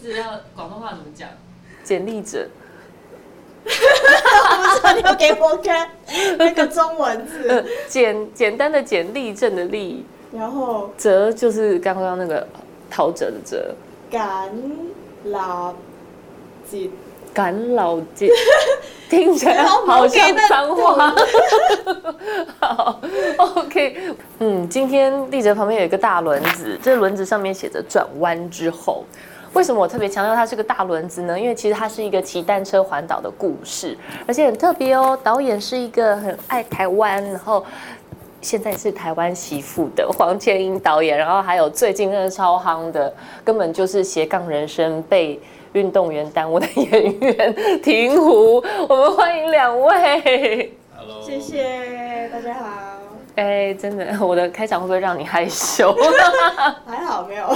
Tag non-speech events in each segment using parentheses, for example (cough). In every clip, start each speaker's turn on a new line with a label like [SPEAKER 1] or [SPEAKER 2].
[SPEAKER 1] 知道广东话怎么讲。
[SPEAKER 2] 简历者，
[SPEAKER 3] 不知道你有给我看那个中文
[SPEAKER 2] 呃 (laughs)
[SPEAKER 3] 字，，
[SPEAKER 2] 简简单的简，例证的例，
[SPEAKER 3] 然后
[SPEAKER 2] 哲就是刚刚那个陶喆的哲，
[SPEAKER 3] 感老几，
[SPEAKER 2] 赶老街， (laughs) 听起来
[SPEAKER 3] 好
[SPEAKER 2] 好像
[SPEAKER 3] 给的
[SPEAKER 2] 脏话。 (laughs) 好，OK，嗯，今天立哲旁边有一个大轮子，这轮子上面写着“转弯之后”。为什么我特别强调它是个大轮子呢？因为其实它是一个骑单车环岛的故事，而且很特别哦。导演是一个很爱台湾，然后现在是台湾媳妇的黄千英导演，然后还有最近真的超夯的，根本就是斜杠人生被运动员耽误的演员婷湖，我们欢迎两位。
[SPEAKER 1] Hello，
[SPEAKER 3] 谢。谢大家好。
[SPEAKER 2] (laughs) 哎，真的，我的开场会不会让你害 (laughs) 羞？
[SPEAKER 3] 还
[SPEAKER 2] (laughs)
[SPEAKER 3] 好没有，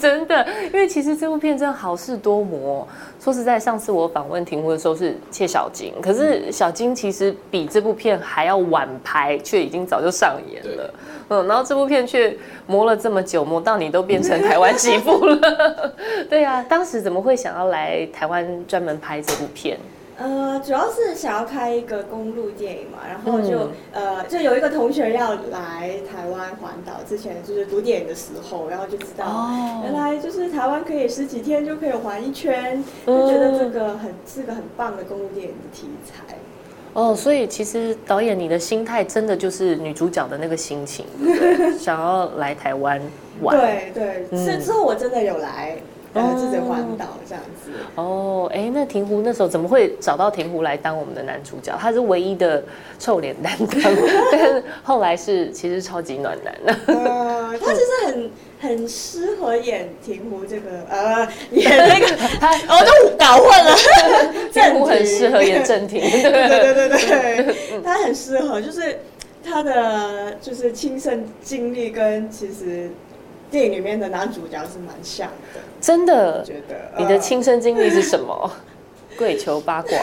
[SPEAKER 2] 真的，因为其实这部片真的好事多磨。哦说实在，上次我访问婷湖的时候是切小金，可是小金其实比这部片还要晚拍，却已经早就上演了。嗯，然后这部片却磨了这么久，磨到你都变成台湾媳妇了。 (laughs) 对啊，当时怎么会想要来台湾专门拍这部片？
[SPEAKER 3] 呃，主要是想要开一个公路电影嘛，然后就、
[SPEAKER 2] 嗯
[SPEAKER 3] 呃，就有一个同学要来台湾环岛，之前就是读电影的时候，然后就知道、
[SPEAKER 2] 哦
[SPEAKER 3] 原来就是台湾可以十几天就可以环一圈，
[SPEAKER 2] 嗯
[SPEAKER 3] 就觉得这个很是个很棒的公路电影的题材。
[SPEAKER 2] 哦，所以其实导演你的心态真的就是女主角的那个心情，对不对想要来台湾玩。
[SPEAKER 3] 对对，
[SPEAKER 2] 嗯
[SPEAKER 3] 是、之后我真的有来
[SPEAKER 2] 哦
[SPEAKER 3] 呃自己环岛这样子。
[SPEAKER 2] 哦，哎，那婷湖那时候怎么会找到婷湖来当我们的男主角？他是唯一的臭脸担当， (laughs) 但是后来是其实超级暖男的。 (laughs)
[SPEAKER 3] 呃，他就是很很适合演亭湖这个呃 (laughs) 演那个，
[SPEAKER 2] 他
[SPEAKER 3] 我就 (laughs) 搞混
[SPEAKER 2] (laughs)
[SPEAKER 3] 了。
[SPEAKER 2] 婷湖很适合演正廷，对不
[SPEAKER 3] 对
[SPEAKER 2] 对？
[SPEAKER 3] 对对对，他很适合，就是他的就是亲身经历跟其实电影里面的男主角是蛮像的，
[SPEAKER 2] (laughs) 真
[SPEAKER 3] 我
[SPEAKER 2] 的，
[SPEAKER 3] (laughs) 觉得。
[SPEAKER 2] 你的亲身经历是什么？ (laughs) 跪求八卦，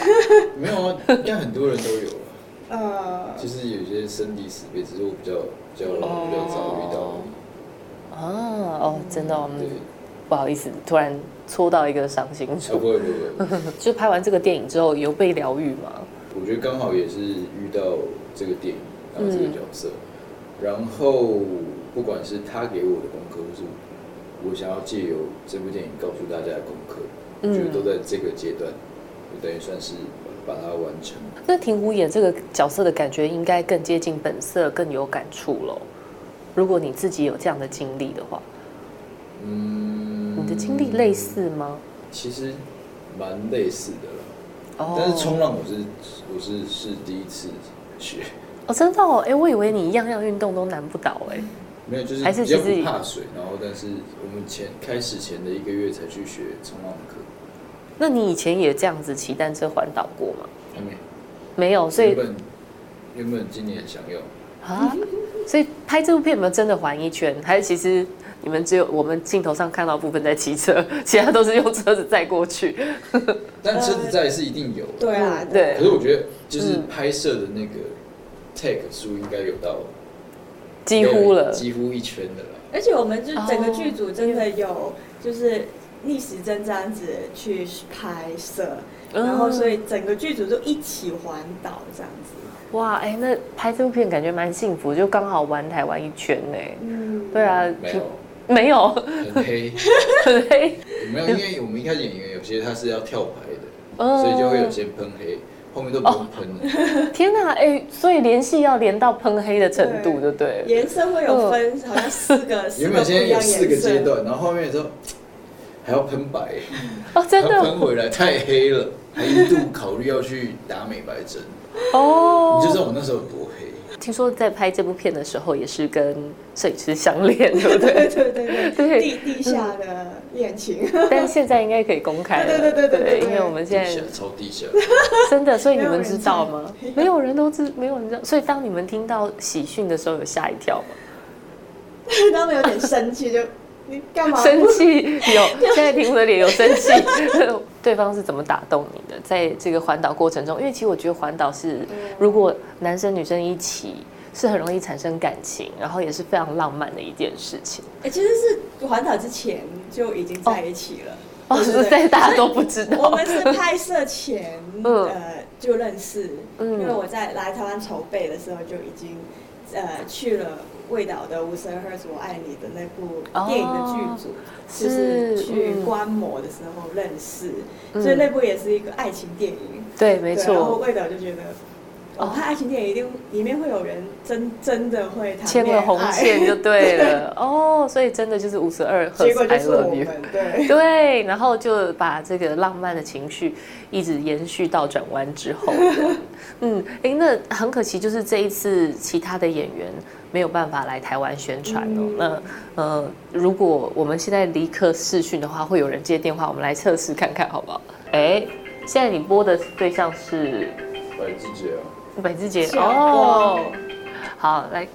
[SPEAKER 4] 没有啊，应该很多人都有
[SPEAKER 3] 呃，
[SPEAKER 4] 啊，就是有些生离死别，只是我比较比较老比较早遇到而已。
[SPEAKER 2] 哦哦，真的、哦，嗯
[SPEAKER 4] 对，
[SPEAKER 2] 不好意思，突然戳到一个伤
[SPEAKER 3] 呃
[SPEAKER 2] 心
[SPEAKER 4] 啊不
[SPEAKER 2] 处。
[SPEAKER 4] 会不会不会，
[SPEAKER 2] 就拍完这个电影之后，有被疗愈吗？
[SPEAKER 4] 我觉得刚好也是遇到这个电影，然后这个角色，然后不管是他给我的功课，或是我想要借由这部电影告诉大家的功课，我觉得都在这个阶段，我等于算是把它完成。
[SPEAKER 2] 那婷湖演这个角色的感觉应该更接近本色，更有感触喽。如果你自己有这样的经历的话，
[SPEAKER 4] 嗯，
[SPEAKER 2] 你的经历类似吗？
[SPEAKER 4] 其实蛮类似的啦。
[SPEAKER 2] 哦
[SPEAKER 4] 但是冲浪我是我是是第一次学，
[SPEAKER 2] 哦，真的哦，哎、我以为你样样运动都难不倒哎、
[SPEAKER 4] (laughs) 没有就是
[SPEAKER 2] 还是
[SPEAKER 4] 比较
[SPEAKER 2] 其实
[SPEAKER 4] 不怕水，然后但是我们前开始前的一个月才去学冲浪课，
[SPEAKER 2] 那你以前也这样子骑单车环岛过吗？
[SPEAKER 4] 还没。
[SPEAKER 2] 没有，哦所
[SPEAKER 4] 原
[SPEAKER 2] 以
[SPEAKER 4] 本原本今年想要，
[SPEAKER 2] 啊，所以拍这部片有没有真的环一圈？还是其实你们只有我们镜头上看到部分在骑车， (laughs) 其他都是用车子载过去？
[SPEAKER 4] 但车子在是一定有，
[SPEAKER 3] 对啊
[SPEAKER 2] 嗯，
[SPEAKER 3] 对
[SPEAKER 2] 对
[SPEAKER 4] 可是我觉得就是
[SPEAKER 2] 嗯
[SPEAKER 4] 拍摄的那个 take 数应该有到
[SPEAKER 2] 几乎了，
[SPEAKER 4] 几乎一圈的啦。
[SPEAKER 3] 而且我们就整个剧组真的
[SPEAKER 2] 哦
[SPEAKER 3] 有就是逆时针这样子去拍摄，
[SPEAKER 2] 嗯
[SPEAKER 3] 然后所以整个剧组就一起环岛这样子。
[SPEAKER 2] 哇，哎、那拍这部片感觉蛮幸福，就刚好玩台湾一圈呢、
[SPEAKER 3] 嗯，
[SPEAKER 2] 对啊，
[SPEAKER 4] 没
[SPEAKER 2] 挺
[SPEAKER 4] 有，
[SPEAKER 2] 没有，
[SPEAKER 4] 很黑，
[SPEAKER 2] (laughs) 对，
[SPEAKER 4] 没有，因为我们一开始演员有些他是要跳牌的，
[SPEAKER 2] 嗯
[SPEAKER 4] 所以就会有些喷黑，后面都不用喷了。
[SPEAKER 2] 哦天哪、哎、所以联系要连到喷黑的程度，对
[SPEAKER 3] 对
[SPEAKER 2] 不对？
[SPEAKER 3] 颜色会有分，好像四
[SPEAKER 4] (laughs)
[SPEAKER 3] 个，四
[SPEAKER 4] 原
[SPEAKER 3] 个
[SPEAKER 4] 本
[SPEAKER 3] 不
[SPEAKER 4] 现在
[SPEAKER 3] 一
[SPEAKER 4] 有
[SPEAKER 3] 样
[SPEAKER 4] 四个
[SPEAKER 3] 颜
[SPEAKER 4] 阶
[SPEAKER 3] 色。
[SPEAKER 4] 段，然后后面的时候还要喷白，
[SPEAKER 2] 哦，真
[SPEAKER 4] 还要喷
[SPEAKER 2] 的
[SPEAKER 4] 回来太黑了，还一度考虑要去打美白针，
[SPEAKER 2] 哦，
[SPEAKER 4] 你就知道我那时候有多黑。
[SPEAKER 2] 听说在拍这部片的时候也是跟摄影师相恋，对不对？
[SPEAKER 3] 对对对
[SPEAKER 2] 对
[SPEAKER 3] 对，地地下的恋情。
[SPEAKER 2] (laughs)
[SPEAKER 3] (laughs)
[SPEAKER 2] 但现在应该可以公开了，
[SPEAKER 3] 对对对对对对
[SPEAKER 2] 因为我们现
[SPEAKER 4] 地下
[SPEAKER 2] 在
[SPEAKER 4] 超地下，
[SPEAKER 2] 真的，所以你
[SPEAKER 3] 没有
[SPEAKER 2] 们
[SPEAKER 3] 人
[SPEAKER 2] 知道
[SPEAKER 3] 知道
[SPEAKER 2] 吗？没有人都知，没有人知道，所以当你们听到喜讯的时候，有吓一跳吗？
[SPEAKER 3] 他们有点生气，就你干嘛？
[SPEAKER 2] 生气有，
[SPEAKER 3] (laughs)
[SPEAKER 2] 现在听我的脸有生气。 (laughs) 对方是怎么打动你的？在这个环岛过程中，因为其实我觉得环岛是，
[SPEAKER 3] 嗯
[SPEAKER 2] 如果男生女生一起，是很容易产生感情，然后也是非常浪漫的一件事情。
[SPEAKER 3] 哎、其实是环岛之前就已经在一起了，
[SPEAKER 2] 哦，
[SPEAKER 3] 对对
[SPEAKER 2] 是
[SPEAKER 3] 对
[SPEAKER 2] 在大家都不知
[SPEAKER 3] (laughs) 我
[SPEAKER 2] 道
[SPEAKER 3] 们，是拍摄前
[SPEAKER 2] 嗯
[SPEAKER 3] 呃就认识，
[SPEAKER 2] 嗯
[SPEAKER 3] 因为我在来台湾筹备的时候就已经呃去了魏导的《无声 Hers 我爱你》的那部电影的剧组，
[SPEAKER 2] 哦
[SPEAKER 3] 就是去
[SPEAKER 2] 嗯
[SPEAKER 3] 观摩的时候认识，
[SPEAKER 2] 嗯
[SPEAKER 3] 所以那部也是一个爱情电影。
[SPEAKER 2] (laughs) 对，没
[SPEAKER 3] 对啊然后
[SPEAKER 2] 错，
[SPEAKER 3] 魏导就觉得。哦我看爱情电影一定里面会有人真真的会谈
[SPEAKER 2] 牵
[SPEAKER 3] 恋
[SPEAKER 2] 了
[SPEAKER 3] 爱
[SPEAKER 2] 红线就对了。
[SPEAKER 3] (laughs)
[SPEAKER 2] 哦，所以真的就是五十二赫
[SPEAKER 3] 结
[SPEAKER 2] 兹
[SPEAKER 3] 果就
[SPEAKER 2] I
[SPEAKER 3] 是我
[SPEAKER 2] love
[SPEAKER 3] 们
[SPEAKER 2] you。
[SPEAKER 3] (laughs) 对。
[SPEAKER 2] 对，然后就把这个浪漫的情绪一直延续到转弯之后。嗯，哎，那很可惜，就是这一次其他的演员没有办法来台湾宣传哦。
[SPEAKER 3] 嗯
[SPEAKER 2] 那呃，如果我们现在立刻视讯的话，会有人接电话，我们来测试看看好不好？哎，现在你播的对象是
[SPEAKER 4] 白志杰啊，
[SPEAKER 2] 北志杰
[SPEAKER 3] 小
[SPEAKER 4] 啊
[SPEAKER 2] 哦
[SPEAKER 3] 光。
[SPEAKER 2] 好，来，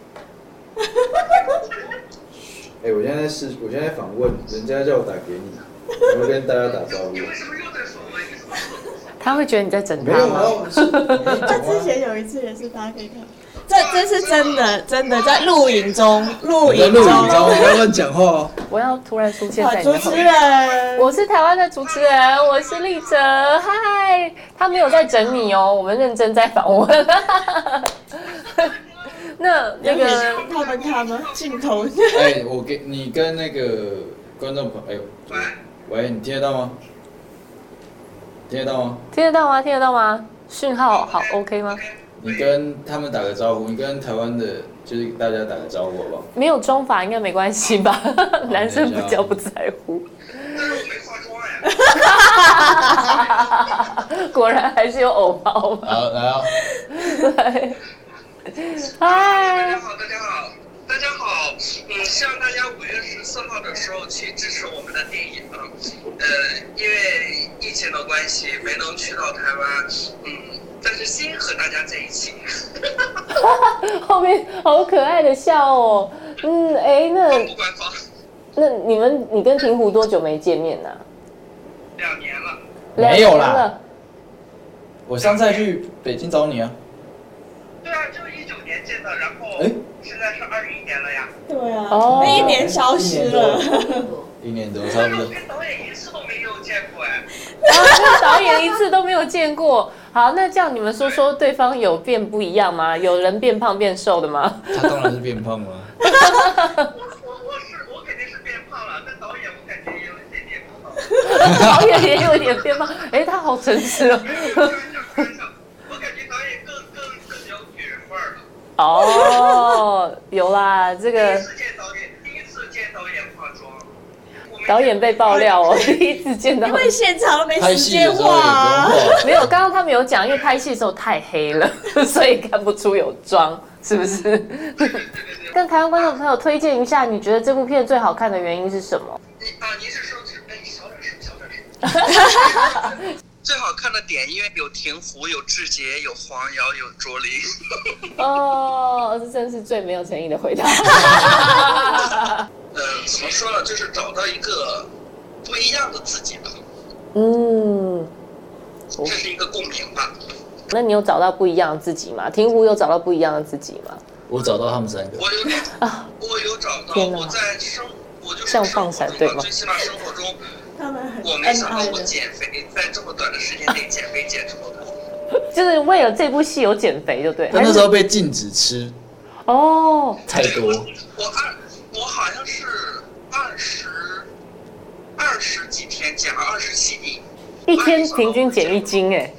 [SPEAKER 4] 哎、我现在在试，我现在在访问，人家叫我打给你，我要跟大家打招呼。
[SPEAKER 2] 他会觉得你在整
[SPEAKER 4] (laughs) 没
[SPEAKER 2] 他
[SPEAKER 4] 有
[SPEAKER 2] 吗？
[SPEAKER 4] 啊，我们是
[SPEAKER 3] 他之前有一次也是发给他，这这是真的，真的在录影中，录
[SPEAKER 4] 在
[SPEAKER 3] 影
[SPEAKER 4] 录
[SPEAKER 3] 中，
[SPEAKER 4] 影中，不要乱讲话哦。
[SPEAKER 2] 我要突然出现
[SPEAKER 3] 好
[SPEAKER 2] 在你
[SPEAKER 3] 主
[SPEAKER 2] 的后
[SPEAKER 3] 持
[SPEAKER 2] 面。
[SPEAKER 3] 人，
[SPEAKER 2] 我是台湾的主持人，我是立哲，嗨，他没有在整你哦，我们认真在访问。 (laughs) 那那个
[SPEAKER 3] 他们他们镜头， (laughs)
[SPEAKER 4] 哎、我给你跟那个观众朋，哎、喂，你听得到吗？听得到吗？
[SPEAKER 2] 听得到吗？听得到吗？讯号好 OK 吗？
[SPEAKER 4] 你跟他们打个招呼，你跟台湾的，就是大家打个招呼好不好？
[SPEAKER 2] 没有装法应该没关系吧？
[SPEAKER 4] 哦
[SPEAKER 2] 男生比较不在乎。果然还是有偶包嘛。
[SPEAKER 4] 好，来哦，
[SPEAKER 2] 对，嗨。
[SPEAKER 1] 好，大家好，大家好，嗯，希望大家五月十四号的时候去支持我们的电影啊，呃，因为疫情的关系没能去到台湾，嗯，但是心和大家在一起。
[SPEAKER 2] 后面好可爱的笑哦。嗯，哎，
[SPEAKER 1] 不
[SPEAKER 2] 那
[SPEAKER 1] 官方，
[SPEAKER 2] 那你们，你跟平湖多久没见面呢、啊？
[SPEAKER 1] 两年了，
[SPEAKER 4] 没有
[SPEAKER 2] 两年
[SPEAKER 4] 啦，
[SPEAKER 2] 了，
[SPEAKER 4] 我上次还去北京找你啊。
[SPEAKER 1] 对啊，就一九年见的，然后
[SPEAKER 4] 哎
[SPEAKER 1] 现在是二一年了呀，
[SPEAKER 3] 对啊，
[SPEAKER 2] 哦
[SPEAKER 3] 那一年消失了，
[SPEAKER 2] 啊
[SPEAKER 4] 一年多，差
[SPEAKER 1] 但
[SPEAKER 4] 不
[SPEAKER 1] 是
[SPEAKER 4] 多
[SPEAKER 1] 我。跟导演一次都没有见过哎，
[SPEAKER 2] (laughs) 然后跟啊导演一次都没有见过。好，那这样你们说说对方有变不一样吗？有人变胖变瘦的
[SPEAKER 4] (laughs)
[SPEAKER 2] 吗？
[SPEAKER 4] (laughs) 他当然是变胖了。
[SPEAKER 1] 我我我是我肯定是变胖了，但导演我感觉也有一点点胖。
[SPEAKER 2] 导演也有一点变胖，哎，他好诚实哦。
[SPEAKER 1] 我感觉导演更更更有女人味儿了。
[SPEAKER 2] 哦，有啦，这
[SPEAKER 1] 第
[SPEAKER 2] 个
[SPEAKER 1] 一次见导演，第一次见导演化妆，
[SPEAKER 2] 导演被爆料 (laughs) 哦，第一次见到
[SPEAKER 3] 因。为现场都没
[SPEAKER 4] 拍
[SPEAKER 3] 时
[SPEAKER 4] 戏的
[SPEAKER 3] 间
[SPEAKER 4] 时候
[SPEAKER 3] 画
[SPEAKER 4] 也不用
[SPEAKER 3] 啊。
[SPEAKER 4] 化，
[SPEAKER 2] 没有，刚刚他们有讲，因为拍戏的时候太黑了， (laughs) 所以看不出有妆，是不是？ (laughs) 跟台湾观众朋友推荐一下，你觉得这部片最好看的原因是什么？
[SPEAKER 1] 你啊，您是说是哎，小点声，小点声。 (laughs) 最好看的点，因为有亭湖，有志杰，有黄瑶，有卓林。
[SPEAKER 2] 哦，这真是最没有诚意的回答。
[SPEAKER 1] 呃，怎么说呢？就是找到一个不一样的自己吧，
[SPEAKER 2] 嗯，
[SPEAKER 1] 这是一个共鸣吧。
[SPEAKER 2] 那你有找到不一样的自己吗？婷湖有找到不一样的自己吗？
[SPEAKER 4] (laughs) 我找到他们三个。
[SPEAKER 1] 我有
[SPEAKER 2] 啊
[SPEAKER 1] 我有找到，
[SPEAKER 2] 天哪
[SPEAKER 1] 我在生，我就是
[SPEAKER 2] 像放闪
[SPEAKER 1] 生活
[SPEAKER 2] 对
[SPEAKER 1] 中啊
[SPEAKER 2] 吗
[SPEAKER 1] 吧最起码生活中，
[SPEAKER 3] 他们很
[SPEAKER 1] 我没
[SPEAKER 3] 恩
[SPEAKER 1] 想到
[SPEAKER 3] 爱
[SPEAKER 1] 我
[SPEAKER 3] 的，
[SPEAKER 1] 减肥在这么短的时间内减肥减这么多。
[SPEAKER 2] 就是为了这部戏有减肥，就对。
[SPEAKER 4] (laughs) 但那
[SPEAKER 2] 还
[SPEAKER 4] 时
[SPEAKER 2] 是
[SPEAKER 4] 候被禁止吃
[SPEAKER 2] 哦，
[SPEAKER 4] 太 (laughs) 多，
[SPEAKER 1] 我二，我好像是二十，二十几天减了二十七。
[SPEAKER 2] 一天平均减一斤，哎，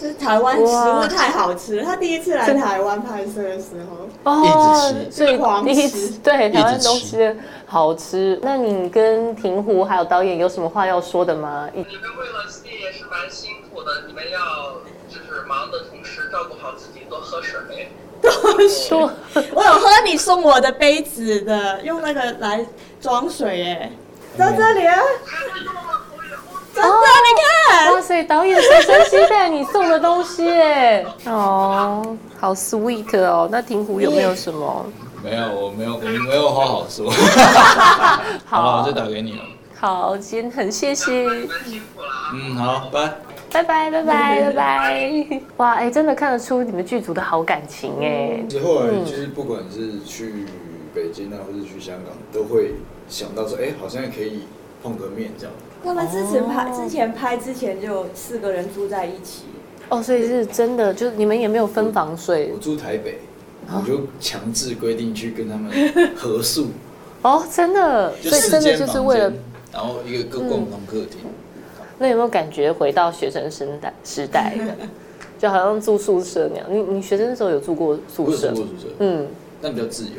[SPEAKER 3] 是台湾食
[SPEAKER 2] 哇
[SPEAKER 3] 物太好吃了。他第一次来台湾拍摄的时候，
[SPEAKER 2] 哦
[SPEAKER 4] 一直，吃
[SPEAKER 2] 所以
[SPEAKER 3] 狂
[SPEAKER 2] 第一
[SPEAKER 3] 吃
[SPEAKER 4] (laughs)
[SPEAKER 2] 次对
[SPEAKER 4] 一
[SPEAKER 2] 台湾
[SPEAKER 4] 直
[SPEAKER 2] 东
[SPEAKER 4] 吃
[SPEAKER 2] 西好吃。那你跟婷湖还有导演有什么话要说的吗？一
[SPEAKER 1] 你们为了戏也是蛮辛苦的，你们要就是忙的同时照顾好自己，多喝水。
[SPEAKER 2] 说
[SPEAKER 3] 我有喝你送我的杯子的，用那个来装水耶，在这里啊，真的，
[SPEAKER 2] 哦
[SPEAKER 3] 你看。
[SPEAKER 2] 哇塞，导演随身携带你送的东西哎，哦，好 sweet 哦。那婷湖有没有什么？
[SPEAKER 4] 没有，我没有，我没有话好说。好，
[SPEAKER 2] 好
[SPEAKER 4] 我再打给你了。
[SPEAKER 2] 好，今天很谢谢
[SPEAKER 1] 你，们辛苦了啊。
[SPEAKER 4] 嗯，好，拜。
[SPEAKER 2] 拜拜拜拜拜拜。 (laughs) 哇，哎，真的看得出你们剧组的好感情哎。
[SPEAKER 4] 其实后来就是不管是去北京啊，或是去香港，都会想到说，哎、好像可以碰个面这样。
[SPEAKER 3] 他们之前拍、
[SPEAKER 2] 哦
[SPEAKER 3] 之前拍之前就四个人住在一起，
[SPEAKER 2] 哦，所以是真的，就是你们也没有分房睡
[SPEAKER 4] 我住台北，
[SPEAKER 2] 啊
[SPEAKER 4] 我就强制规定去跟他们
[SPEAKER 2] (laughs)
[SPEAKER 4] 合宿，
[SPEAKER 2] 哦，真的，
[SPEAKER 4] 就
[SPEAKER 2] 所以
[SPEAKER 4] 四
[SPEAKER 2] 真的
[SPEAKER 4] 间
[SPEAKER 2] 就是
[SPEAKER 4] 房
[SPEAKER 2] 为了嗯
[SPEAKER 4] 间，然后一个个共同客厅。
[SPEAKER 2] 那有没有感觉回到学生时代时代 (laughs) 的，就好像住宿舍那样？你你学生的时候有住过宿
[SPEAKER 4] 我有
[SPEAKER 2] 舍
[SPEAKER 4] 住？过宿舍，
[SPEAKER 2] 嗯，
[SPEAKER 4] 但比较自由。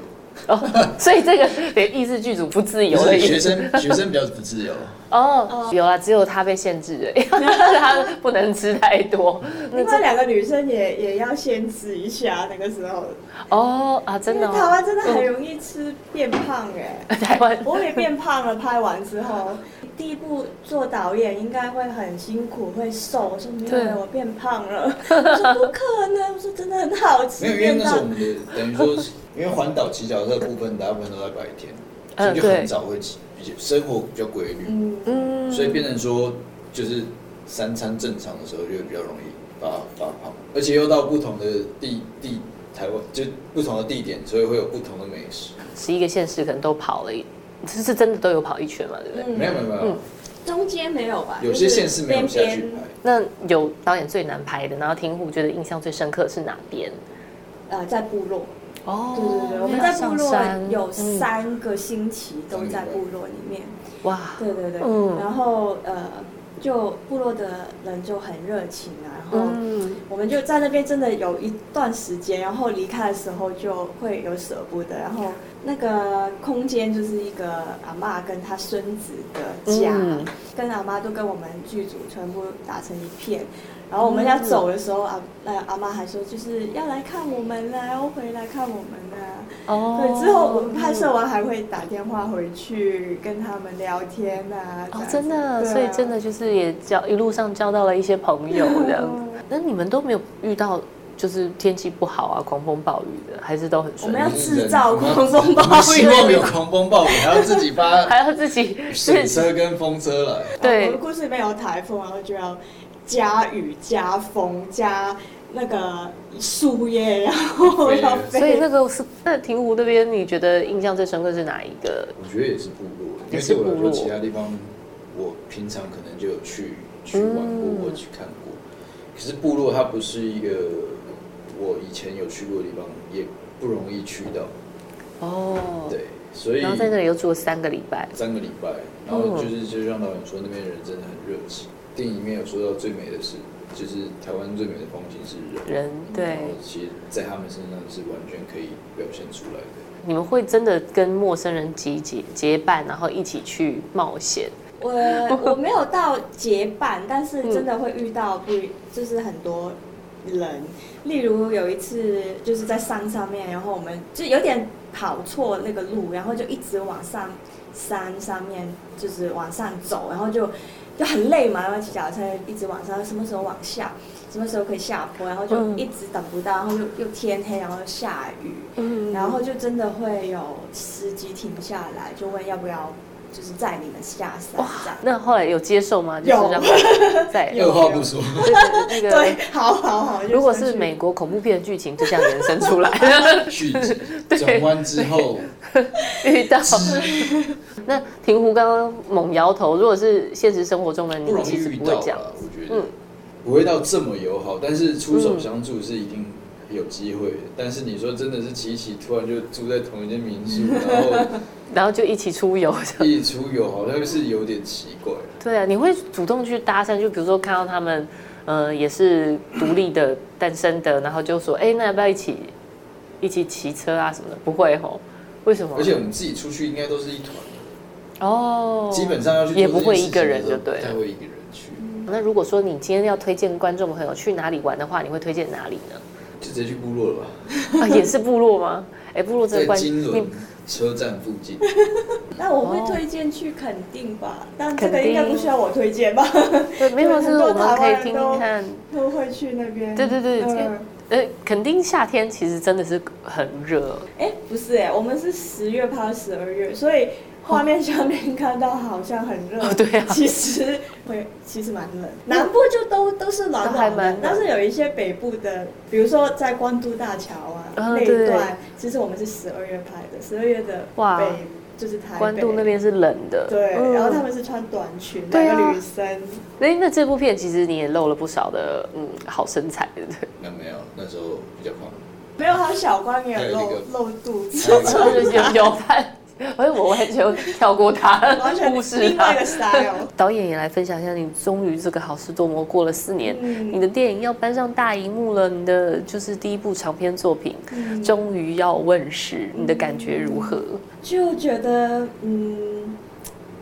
[SPEAKER 2] 哦，所以这个连意识剧组不自由
[SPEAKER 4] 不
[SPEAKER 2] 的
[SPEAKER 4] 是
[SPEAKER 2] 意
[SPEAKER 4] 学
[SPEAKER 2] 思 (laughs)
[SPEAKER 4] 生，学生比较不自由。
[SPEAKER 2] 哦，有啊，只有他被限制而已， (laughs) 他不能吃太多。那
[SPEAKER 3] 另外
[SPEAKER 2] 这
[SPEAKER 3] 两个女生也也要限制一下那个时候，
[SPEAKER 2] 哦啊，真的
[SPEAKER 3] 因
[SPEAKER 2] 哦，
[SPEAKER 3] 为台湾真的很容易吃变胖
[SPEAKER 2] (laughs)
[SPEAKER 3] 哎、
[SPEAKER 2] 台湾
[SPEAKER 3] 我也变胖了，拍完之后，第一部做导演应该会很辛苦，会瘦。我说没有
[SPEAKER 2] 对
[SPEAKER 3] 没有，我变胖
[SPEAKER 2] (laughs)
[SPEAKER 3] 了。我说不可能，我说真的很好吃。
[SPEAKER 4] 没有，因为
[SPEAKER 3] 变
[SPEAKER 4] 那时候
[SPEAKER 3] 胖
[SPEAKER 4] 我们的等于说是，因为环岛骑脚踏车的部分大部分都在白天，所
[SPEAKER 2] 嗯
[SPEAKER 4] 以就很
[SPEAKER 2] 对，
[SPEAKER 4] 早会起，比较生活比较规律，
[SPEAKER 3] 嗯，
[SPEAKER 2] 嗯
[SPEAKER 4] 所以变成说就是三餐正常的时候就比较容易发发胖，而且又到不同的地地台湾就不同的地点，所以会有不同的美食。
[SPEAKER 2] 十一个县市可能都跑了一，是是真的都有跑一圈嘛，对不对？
[SPEAKER 3] 嗯
[SPEAKER 4] 没有没有没有
[SPEAKER 2] 嗯，
[SPEAKER 3] 中间没有吧？
[SPEAKER 4] 有些县市没有下去哎
[SPEAKER 3] 就是边
[SPEAKER 4] 拍，
[SPEAKER 2] 那有导演最难拍的，然后听虎觉得印象最深刻是哪边？
[SPEAKER 3] 边呃，在部落，
[SPEAKER 2] 哦
[SPEAKER 3] 对对嗯对，我们在部
[SPEAKER 2] 嗯
[SPEAKER 3] 落有三个星期都在部落里面，
[SPEAKER 2] 嗯哇，
[SPEAKER 3] 对对对，
[SPEAKER 2] 嗯
[SPEAKER 3] 然后呃，就部落的人就很热情啊，然后。
[SPEAKER 2] 嗯，
[SPEAKER 3] 我们就在那边真的有一段时间，然后离开的时候就会有舍不得。然后那个空间就是一个阿嬷跟她孙子的家，
[SPEAKER 2] 嗯
[SPEAKER 3] 跟阿妈都跟我们剧组全部打成一片。然后我们要走的时候，阿那阿妈还说就是要来看我们啦，要回来看我们啦。
[SPEAKER 2] 哦
[SPEAKER 3] 对，之后我们拍摄完还会打电话回去跟他们聊天啊。这
[SPEAKER 2] 哦
[SPEAKER 3] 样，子
[SPEAKER 2] 真的，
[SPEAKER 3] 对啊。
[SPEAKER 2] 所以真的就是也交一路上交到了一些朋友这样子那你们都没有遇到就是天气不好啊、狂风暴雨的，还是都很顺利
[SPEAKER 3] 我们要？
[SPEAKER 4] 就是
[SPEAKER 3] 制
[SPEAKER 4] 人
[SPEAKER 3] 造
[SPEAKER 4] 我们
[SPEAKER 3] 狂风暴雨
[SPEAKER 4] 我们希望有狂风暴雨，还要自己发
[SPEAKER 3] (laughs)
[SPEAKER 2] 还要自己
[SPEAKER 4] 水车跟风车来。
[SPEAKER 3] 我
[SPEAKER 2] 对
[SPEAKER 3] 们故事里面有台风，然后就要加雨、加风、加那个树叶，然后
[SPEAKER 4] 飞
[SPEAKER 3] 要
[SPEAKER 2] 所以
[SPEAKER 3] 飞。
[SPEAKER 2] 那个是那亭湖那边，你觉得印象最深刻是哪一个？
[SPEAKER 4] 我觉得也是部落，因
[SPEAKER 2] 也
[SPEAKER 4] 为
[SPEAKER 2] 是
[SPEAKER 4] 对
[SPEAKER 2] 部
[SPEAKER 4] 我
[SPEAKER 2] 落
[SPEAKER 4] 来说，其他地方我平常可能就有去去玩
[SPEAKER 2] 嗯
[SPEAKER 4] 过或去看过，可是部落它不是一个我以前有去过的地方，也不容易去到，
[SPEAKER 2] 哦，
[SPEAKER 4] 对，所以
[SPEAKER 2] 然后在那里又嗯住了三个礼拜，
[SPEAKER 4] 三个礼拜，然后就是就像导演说，那边人真的很热情。电影里面有说到最美的是，就是台湾最美的风景是人，
[SPEAKER 2] 人对
[SPEAKER 4] 然后。其实在他们身上是完全可以表现出来的。
[SPEAKER 2] 你们会真的跟陌生人集结结伴，然后一起去冒险？
[SPEAKER 3] 我我没有到结伴，但是真的会遇到不一就是很多人，例如有一次就是在山上面，然后我们就有点跑错那个路，然后就一直往上山上面就是往上走，然后就就很累嘛，然后骑脚踏车一直往上，什么时候往下，什么时候可以下坡，然后就
[SPEAKER 2] 嗯
[SPEAKER 3] 一直等不到，然后又又天黑，然后下雨，
[SPEAKER 2] 嗯
[SPEAKER 3] 然后就真的会有司机停下来，就问要不要就是载你们下山这样。
[SPEAKER 2] 那后来有接受吗？就是
[SPEAKER 3] 有
[SPEAKER 2] 让
[SPEAKER 3] (laughs)
[SPEAKER 2] 我在
[SPEAKER 3] 有
[SPEAKER 4] 二话不说，
[SPEAKER 2] 对对那
[SPEAKER 3] (laughs) 对
[SPEAKER 2] 个，，
[SPEAKER 3] 好好好。就
[SPEAKER 2] 如果是
[SPEAKER 3] 上去
[SPEAKER 2] 美，国恐怖片的剧情，就这样延伸出
[SPEAKER 3] (laughs)
[SPEAKER 2] 来， (laughs)
[SPEAKER 4] 续集转弯之后，
[SPEAKER 2] 遇到。那庭湖刚刚猛摇头，如果是现实生活中的
[SPEAKER 4] 不
[SPEAKER 2] 你，
[SPEAKER 4] 容易
[SPEAKER 2] 其实
[SPEAKER 4] 遇
[SPEAKER 2] 不
[SPEAKER 4] 到
[SPEAKER 2] 会这样。
[SPEAKER 4] 了，我觉
[SPEAKER 2] 嗯
[SPEAKER 4] 得不会到这么友好，但是出手相助是一定有机会的。但是你说真的是琪琪突然就住在同一间
[SPEAKER 2] (laughs)
[SPEAKER 4] 民宿，然后
[SPEAKER 2] 然后就一起出游。
[SPEAKER 4] 一起出游，好像是有点奇怪。
[SPEAKER 2] 对啊，你会主动去搭讪，就比如说看到他们，呃，也是独立的、单身的，然后就说，哎、那要不要一起一起骑车啊什么的？不会吼，为什么？
[SPEAKER 4] 而且我们自己出去应该都是一团，
[SPEAKER 2] 哦，
[SPEAKER 4] 基本上要去做
[SPEAKER 2] 也不
[SPEAKER 4] 这件
[SPEAKER 2] 会
[SPEAKER 4] 事
[SPEAKER 2] 一个
[SPEAKER 4] 情的
[SPEAKER 2] 人
[SPEAKER 4] 时
[SPEAKER 2] 就
[SPEAKER 4] 候
[SPEAKER 2] 对
[SPEAKER 4] 不太
[SPEAKER 2] 了。
[SPEAKER 4] 会一个人去，
[SPEAKER 2] 那如果说你今天要推荐观众朋友去哪里玩的话，你会推荐哪里
[SPEAKER 4] (laughs)
[SPEAKER 2] 呢？
[SPEAKER 4] 就直接去部落了吧，
[SPEAKER 2] 啊，也是部落吗？哎、部落真的
[SPEAKER 4] 在
[SPEAKER 2] 关
[SPEAKER 4] 金
[SPEAKER 2] 你
[SPEAKER 4] 轮车站附近，
[SPEAKER 3] 那我会
[SPEAKER 2] 哦
[SPEAKER 3] 推荐去垦丁吧，但这
[SPEAKER 2] 垦
[SPEAKER 3] 个
[SPEAKER 2] 丁
[SPEAKER 3] 应该不需要我推荐吧？ (laughs)
[SPEAKER 2] 对，没有，
[SPEAKER 3] 很
[SPEAKER 2] 是
[SPEAKER 3] 多
[SPEAKER 2] 我们可以
[SPEAKER 3] 台湾人
[SPEAKER 2] 听
[SPEAKER 3] 都
[SPEAKER 2] 听看。
[SPEAKER 3] 都会去那边。
[SPEAKER 2] 对对对
[SPEAKER 3] 嗯
[SPEAKER 2] 呃，肯定夏天其实真的是很热，
[SPEAKER 3] 哎，不是哎，我们是十月拍到十二月，所以画面上面看到好像很热
[SPEAKER 2] 哦，对啊嗯
[SPEAKER 3] 其实会其实蛮冷。南部就都都是
[SPEAKER 2] 都
[SPEAKER 3] 暖
[SPEAKER 2] 还
[SPEAKER 3] 暖
[SPEAKER 2] 蛮冷，
[SPEAKER 3] 的但是有一些北部的，比如说在关渡大桥啊
[SPEAKER 2] 啊
[SPEAKER 3] 那一
[SPEAKER 2] 对
[SPEAKER 3] 段，其实我们是十二月拍的，十二月的
[SPEAKER 2] 哇
[SPEAKER 3] 北就是台北
[SPEAKER 2] 关渡那边是冷的，
[SPEAKER 3] 对，
[SPEAKER 2] 嗯
[SPEAKER 3] 然后他们是穿短裙，
[SPEAKER 2] 对啊
[SPEAKER 3] 两个女生，
[SPEAKER 2] 哎，那这部片其实你也露了不少的嗯好身材，对不
[SPEAKER 3] (laughs)
[SPEAKER 2] 对？
[SPEAKER 4] 那没有，那时候比较胖。
[SPEAKER 3] 没有，还有小关没有
[SPEAKER 4] 还有
[SPEAKER 3] 露
[SPEAKER 4] 那个
[SPEAKER 3] 露肚子，
[SPEAKER 2] 就是有有看，哎，我完全跳过他，
[SPEAKER 3] 完全
[SPEAKER 2] 忽视
[SPEAKER 3] 另
[SPEAKER 2] 他
[SPEAKER 3] 外一。个 style。
[SPEAKER 2] 啊导演也来分享一下，你终于这个好事多磨过了四年，
[SPEAKER 3] 嗯
[SPEAKER 2] (laughs) 你的电影要搬上大荧幕了，你的就是第一部长篇作品，
[SPEAKER 3] 嗯
[SPEAKER 2] 终于要问世，你的感觉如何？
[SPEAKER 3] 就觉得嗯，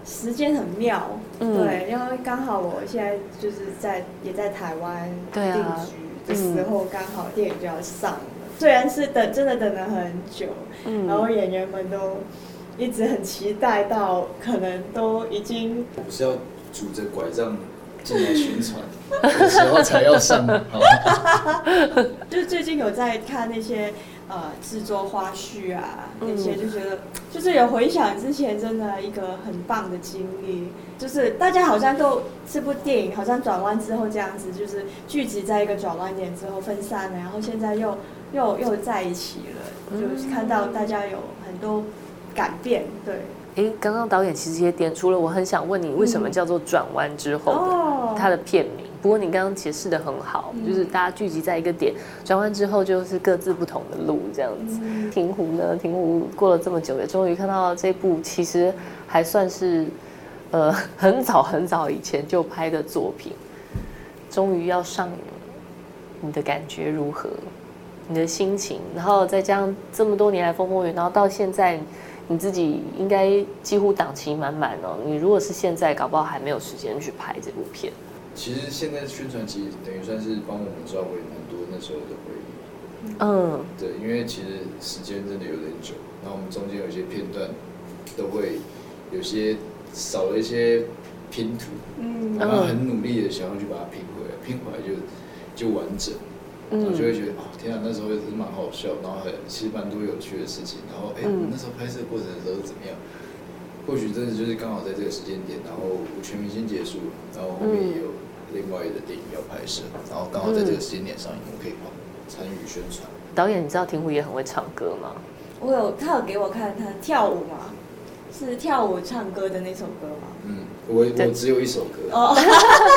[SPEAKER 3] 时间很妙，
[SPEAKER 2] 嗯
[SPEAKER 3] 对，因为刚好我现在就是在也在台湾
[SPEAKER 2] 对
[SPEAKER 3] 定
[SPEAKER 2] 啊
[SPEAKER 3] 居的时候，刚好电影就要上了。虽然是等，真的等了很久，
[SPEAKER 2] 嗯
[SPEAKER 3] 然后演员们都一直很期待到，可能都已经
[SPEAKER 4] 我是要拄着拐杖进来
[SPEAKER 2] (laughs)
[SPEAKER 4] 宣传，有时候才要上。好吧
[SPEAKER 3] 就是最近有在看那些呃制作花絮啊，
[SPEAKER 2] 嗯
[SPEAKER 3] 那些就觉得就是有回想之前真的一个很棒的经历，就是大家好像都这部电影好像转弯之后这样子，就是聚集在一个转弯点之后分散了，然后现在又又又在一起了，
[SPEAKER 2] 嗯
[SPEAKER 3] 就是看到大家有很多改变，对，
[SPEAKER 2] 诶，刚刚导演其实也点出了，我很想问你，为什么叫做《转弯之后》的、
[SPEAKER 3] 嗯哦
[SPEAKER 2] 它的片名？不过你刚刚解释的很好，
[SPEAKER 3] 嗯
[SPEAKER 2] 就是大家聚集在一个点，转弯之后就是各自不同的路这样子。
[SPEAKER 3] 嗯
[SPEAKER 2] 亭湖呢？亭湖过了这么久，也终于看到这部其实还算是，呃， (laughs) 很早很早以前就拍的作品，终于要上映了。你的感觉如何？你的心情？然后再加上这么多年来风风雨，然后到现在你自己应该几乎档期满满哦。你如果是现在，搞不好还没有时间去拍这部片。
[SPEAKER 4] 其实现在宣传其实等于算是帮我们抓回蛮多那时候的回忆。
[SPEAKER 2] 嗯
[SPEAKER 4] 对，因为其实时间真的有点久，然后我们中间有一些片段都会有些少了一些拼图，
[SPEAKER 3] 嗯
[SPEAKER 4] 然后很努力的想要去把它拼回来，拼回来就就完整。
[SPEAKER 3] 嗯
[SPEAKER 2] 嗯
[SPEAKER 4] 我就会觉得哦，天啊，那时候也是蛮好笑，然后还其实蛮多有趣的事情。然后哎、
[SPEAKER 2] 嗯
[SPEAKER 4] 那时候拍摄过程的时候是怎么样？或许真的就是刚好在这个时间点，然后全明星结束，然后后面也有另外的电影要拍摄，然后刚好在这个时间点上映，我可以参与宣传。
[SPEAKER 2] 导演，你知道亭湖也很会唱歌吗？
[SPEAKER 3] 我有他有给我看他跳舞嘛，是跳舞唱歌的那首歌吗？
[SPEAKER 4] 嗯，我
[SPEAKER 2] 对
[SPEAKER 4] 我只有一首歌，
[SPEAKER 3] 哦，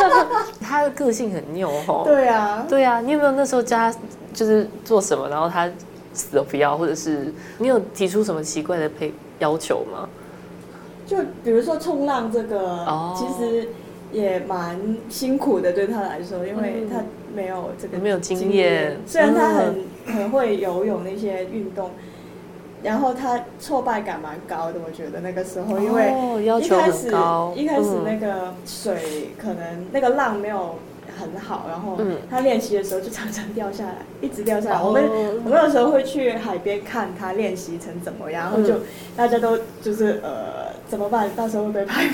[SPEAKER 2] (laughs) 他的个性很拗哦。
[SPEAKER 3] 对啊，
[SPEAKER 2] 对啊，你有没有那时候叫他就是做什么，然后他死都不要，或者是你有提出什么奇怪的配要求吗？
[SPEAKER 3] 就比如说冲浪这个，
[SPEAKER 2] 哦
[SPEAKER 3] 其实也蛮辛苦的，对他来说，因为
[SPEAKER 2] 嗯
[SPEAKER 3] 他没有这个
[SPEAKER 2] 没有经验嗯
[SPEAKER 3] 虽然他很、很会游泳那些运动，然后他挫败感蛮高的，我觉得那个时候，因为
[SPEAKER 2] 哦要
[SPEAKER 3] 一
[SPEAKER 2] 求
[SPEAKER 3] 开
[SPEAKER 2] 很
[SPEAKER 3] 始
[SPEAKER 2] 高，
[SPEAKER 3] 一开始那
[SPEAKER 2] 嗯
[SPEAKER 3] 个水可能那个浪没有。很好，然后
[SPEAKER 2] 嗯
[SPEAKER 3] 他练习的时候就常常掉下来，一直掉下来。
[SPEAKER 2] 哦
[SPEAKER 3] 我们我们有时候会去海边看他练习成怎么样，然后就
[SPEAKER 2] 嗯
[SPEAKER 3] 大家都就是呃怎么办？到时候会
[SPEAKER 2] (laughs)
[SPEAKER 3] 被拍，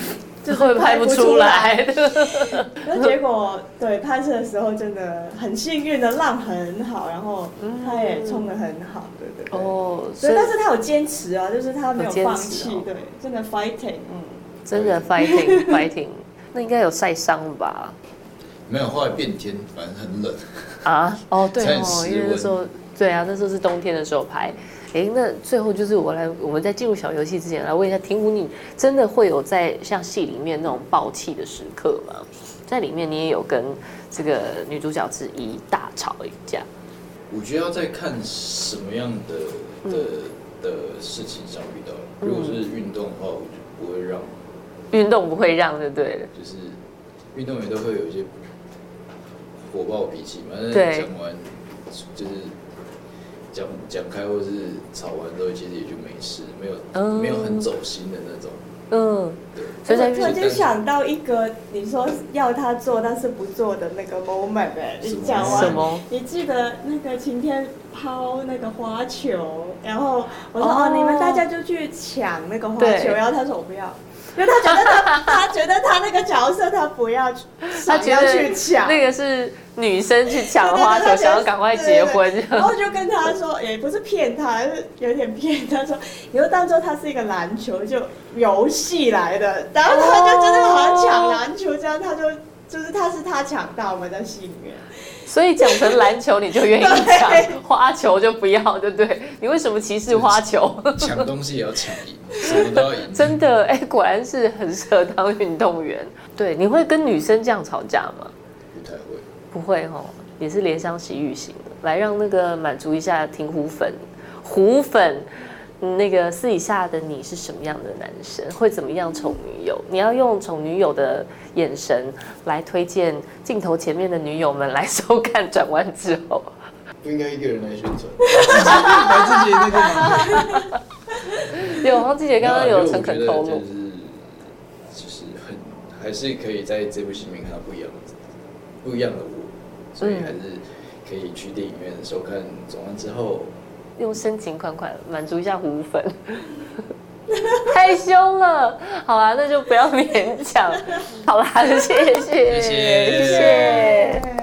[SPEAKER 3] 就是
[SPEAKER 2] 会拍不出。来 (laughs) 的。
[SPEAKER 3] (laughs) 那结果对拍摄的时候真的很幸运的浪很好，然后他也冲得很好，对对对。
[SPEAKER 2] 哦，嗯所
[SPEAKER 3] 所
[SPEAKER 2] 以
[SPEAKER 3] 以，但是他有坚持啊，就是他没有
[SPEAKER 2] 有坚持
[SPEAKER 3] 放
[SPEAKER 2] 哦
[SPEAKER 3] 弃，对，真的 fighting，嗯，
[SPEAKER 2] 真的 fighting fighting，那应该有晒伤吧？
[SPEAKER 4] 没有，后来变天，反正很冷。
[SPEAKER 2] 啊，哦，对
[SPEAKER 4] 才
[SPEAKER 2] 哦，
[SPEAKER 4] 十
[SPEAKER 2] 因为那时候，对啊，那时候是冬天的时候拍。诶，那最后就是我来，我们在进入小游戏之前，来问一下婷武，你真的会有在像戏里面那种爆气的时刻吗？在里面你也有跟这个女主角之一大吵一架，
[SPEAKER 4] 我觉得要再看什么样的的、的事情上遇到。如果是运动的话，我就不会让
[SPEAKER 2] 运动不会让就对了，
[SPEAKER 4] 就是运动员都会有一些火爆脾气嘛，但是
[SPEAKER 2] 对
[SPEAKER 4] 讲完就是讲讲开或是吵完之后，其实也就没事，没有、
[SPEAKER 2] 嗯
[SPEAKER 4] 没有很走心的那种。
[SPEAKER 2] 嗯，
[SPEAKER 4] 对，
[SPEAKER 2] 所以在
[SPEAKER 3] 我突
[SPEAKER 2] 运
[SPEAKER 3] 然间想到一个你说要他做但是不做的那个 moment 哎、
[SPEAKER 4] 什
[SPEAKER 3] 你
[SPEAKER 4] 么
[SPEAKER 3] 讲
[SPEAKER 2] 嗯
[SPEAKER 3] 完
[SPEAKER 2] 什么？
[SPEAKER 3] 你记得那个晴天抛那个花球，然后我说
[SPEAKER 2] 哦
[SPEAKER 3] 哦你们大家就去抢那个花
[SPEAKER 2] 对
[SPEAKER 3] 球，然后他说我不要，因为他觉得他他觉得他那个角色他不要去，
[SPEAKER 2] 她
[SPEAKER 3] 想要去抢
[SPEAKER 2] 那
[SPEAKER 3] 个。
[SPEAKER 2] 个是女生去抢花
[SPEAKER 3] 对
[SPEAKER 2] 球，
[SPEAKER 3] (laughs) 对对
[SPEAKER 2] 想要赶快结婚
[SPEAKER 3] 对对对
[SPEAKER 2] 这
[SPEAKER 3] 然
[SPEAKER 2] 样。
[SPEAKER 3] 后就跟他说，也不是骗他，是有点骗他说，你就当做他是一个篮球，就游戏来的，然后他就真的好像抢篮球这样，他就就是他是他抢到我们在戏里面，
[SPEAKER 2] 所以讲成篮球你就愿意讲，花球就不要，对不对？你为什么歧视花球？
[SPEAKER 4] 抢东西也要抢赢，什么都要赢。
[SPEAKER 2] 真的，哎、果然是很适合当运动员。对，你会跟女生这样吵架吗？
[SPEAKER 4] 不太会，
[SPEAKER 2] 不会哦，也是怜香惜玉型的，来让那个满足一下听虎粉，虎粉。嗯那个私底下的你是什么样的男生？会怎么样宠女友？你要用宠女友的眼神来推荐镜头前面的女友们来 (laughs) 收看《转弯之后》。
[SPEAKER 4] 不应该一个人来宣传，把 (laughs) 自己那个嘛。
[SPEAKER 2] 有黄志杰刚刚有诚恳透露
[SPEAKER 4] 啊因为我觉得，就是就是很还是可以在这部戏里面看到不一样的不一样的我，
[SPEAKER 2] 嗯
[SPEAKER 4] 所以还是可以去电影院收看《走完之后
[SPEAKER 2] 用深情款款满足一下虎粉。 (laughs) 太凶了，好啊啦，那就不要勉强。好啦，谢谢，
[SPEAKER 4] 谢谢
[SPEAKER 2] 谢谢